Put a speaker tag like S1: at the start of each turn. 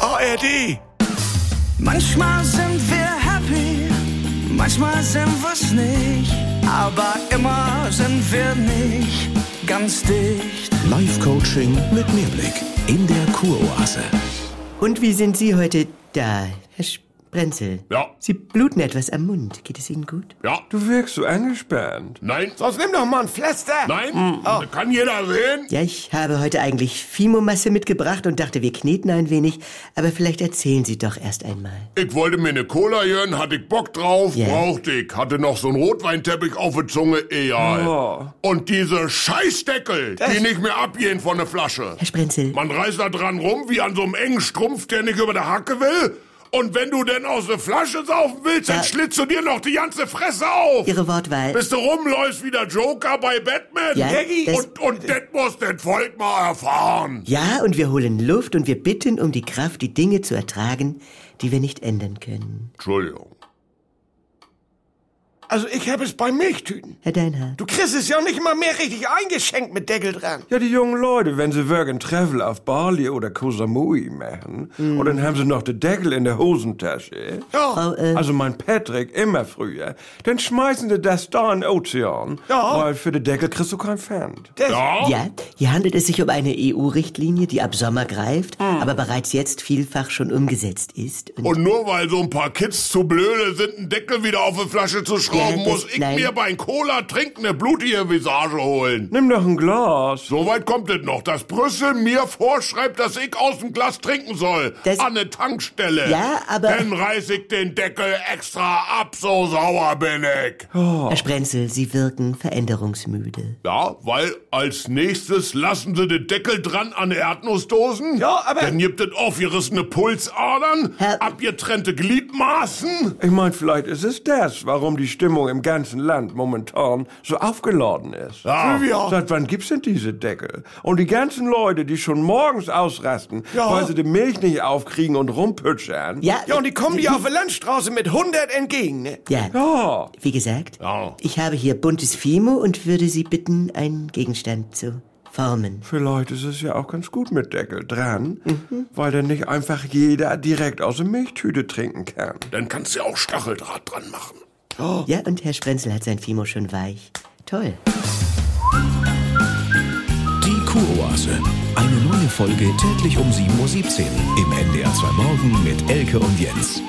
S1: ARD.
S2: Manchmal sind wir happy, manchmal sind wir's nicht, aber immer sind wir nicht ganz dicht.
S3: Live-Coaching mit Mehrblick in der Kuroase.
S4: Und wie sind Sie heute da, Herr Sprenzel?
S5: Ja.
S4: Sie bluten etwas am Mund. Geht es Ihnen gut?
S5: Ja.
S6: Du wirkst so angespannt.
S5: Nein.
S6: Sonst nimm doch mal ein Pflaster.
S5: Nein. Kann jeder sehen?
S4: Hm. Ja, ich habe heute eigentlich Fimo-Masse mitgebracht und dachte, wir kneten ein wenig. Aber vielleicht erzählen Sie doch erst einmal.
S5: Ich wollte mir eine Cola hören, hatte ich Bock drauf,
S4: Ja.
S5: brauchte ich. Hatte noch so einen Rotweinteppich auf der Zunge, egal. Und diese Scheißdeckel, die nicht mehr abgehen von der Flasche.
S4: Herr Sprenzel,
S5: Man reißt da dran rum wie an so einem engen Strumpf, der nicht über der Hacke will. Und wenn du denn aus der Flasche saufen willst,
S4: Ja.
S5: dann schlitzt du dir noch die ganze Fresse auf.
S4: Ihre Wortwahl.
S5: Bis du rumläufst wie der Joker bei Batman.
S4: Ja, Jackie. das-
S5: und und das muss das Volk mal erfahren.
S4: Ja, und wir holen Luft und wir bitten um die Kraft, die Dinge zu ertragen, die wir nicht ändern können.
S5: Entschuldigung.
S1: Also ich habe es bei Milchtüten.
S4: Herr Deinhardt.
S1: Du kriegst es ja nicht mal mehr richtig eingeschenkt mit Deckel dran.
S6: Ja, die jungen Leute, wenn sie Work and Travel auf Bali oder Koh Samui machen,
S1: Mhm.
S6: und dann haben sie noch den Deckel in der Hosentasche.
S4: Frau, äh,
S6: Also mein Patrick, immer früher. Dann schmeißen sie das da in den Ozean.
S1: Ja.
S6: Weil für den Deckel kriegst du kein Pfand.
S5: Ja?
S4: Ja, hier handelt es sich um eine EU-Richtlinie, die ab Sommer greift,
S5: Ah.
S4: aber bereits jetzt vielfach schon umgesetzt ist. Und
S5: Und nur weil so ein paar Kids zu blöde sind, einen Deckel wieder auf eine Flasche zu schrauben,
S4: Ja, das-
S5: muss ich
S4: nein.
S5: mir beim Cola trinken eine blutige Visage holen.
S6: Nimm doch ein Glas.
S5: Soweit kommt es noch, dass Brüssel mir vorschreibt, dass ich aus dem Glas trinken soll.
S4: Das-
S5: an der Tankstelle.
S4: Ja, aber-
S5: Dann reiß ich den Deckel extra ab, so sauer bin ich.
S4: Herr Sprenzel, Sie wirken veränderungsmüde.
S5: Ja, weil als nächstes lassen sie den Deckel dran an Erdnussdosen.
S1: Ja, aber-
S5: Dann gibt es aufgerissene Pulsadern,
S4: Herr-
S5: abgetrennte Gliedmaßen.
S6: Ich meine, vielleicht ist es das, warum die Stimmung im ganzen Land momentan so aufgeladen ist.
S5: Ja.
S1: Sylvia.
S6: Seit wann gibt's denn diese Deckel? Und die ganzen Leute, die schon morgens ausrasten,
S1: Ja.
S6: weil sie die Milch nicht aufkriegen und rumpütschern.
S4: Ja,
S1: Ja, und die kommen dir auf der Landstraße mit 100 entgegen, ne?
S4: ja.
S6: Ja.
S4: Wie gesagt,
S5: Ja.
S4: ich habe hier buntes Fimo und würde Sie bitten, einen Gegenstand zu formen.
S6: Vielleicht ist es ja auch ganz gut mit Deckel dran, weil dann nicht einfach jeder direkt aus der Milchtüte trinken kann.
S5: Dann kannst du ja auch Stacheldraht dran machen.
S4: Ja, und Herr Sprenzel hat sein Fimo schon weich. Toll.
S3: Die Kuroase. Eine neue Folge täglich um 7.17 Uhr im NDR 2 Morgen mit Elke und Jens.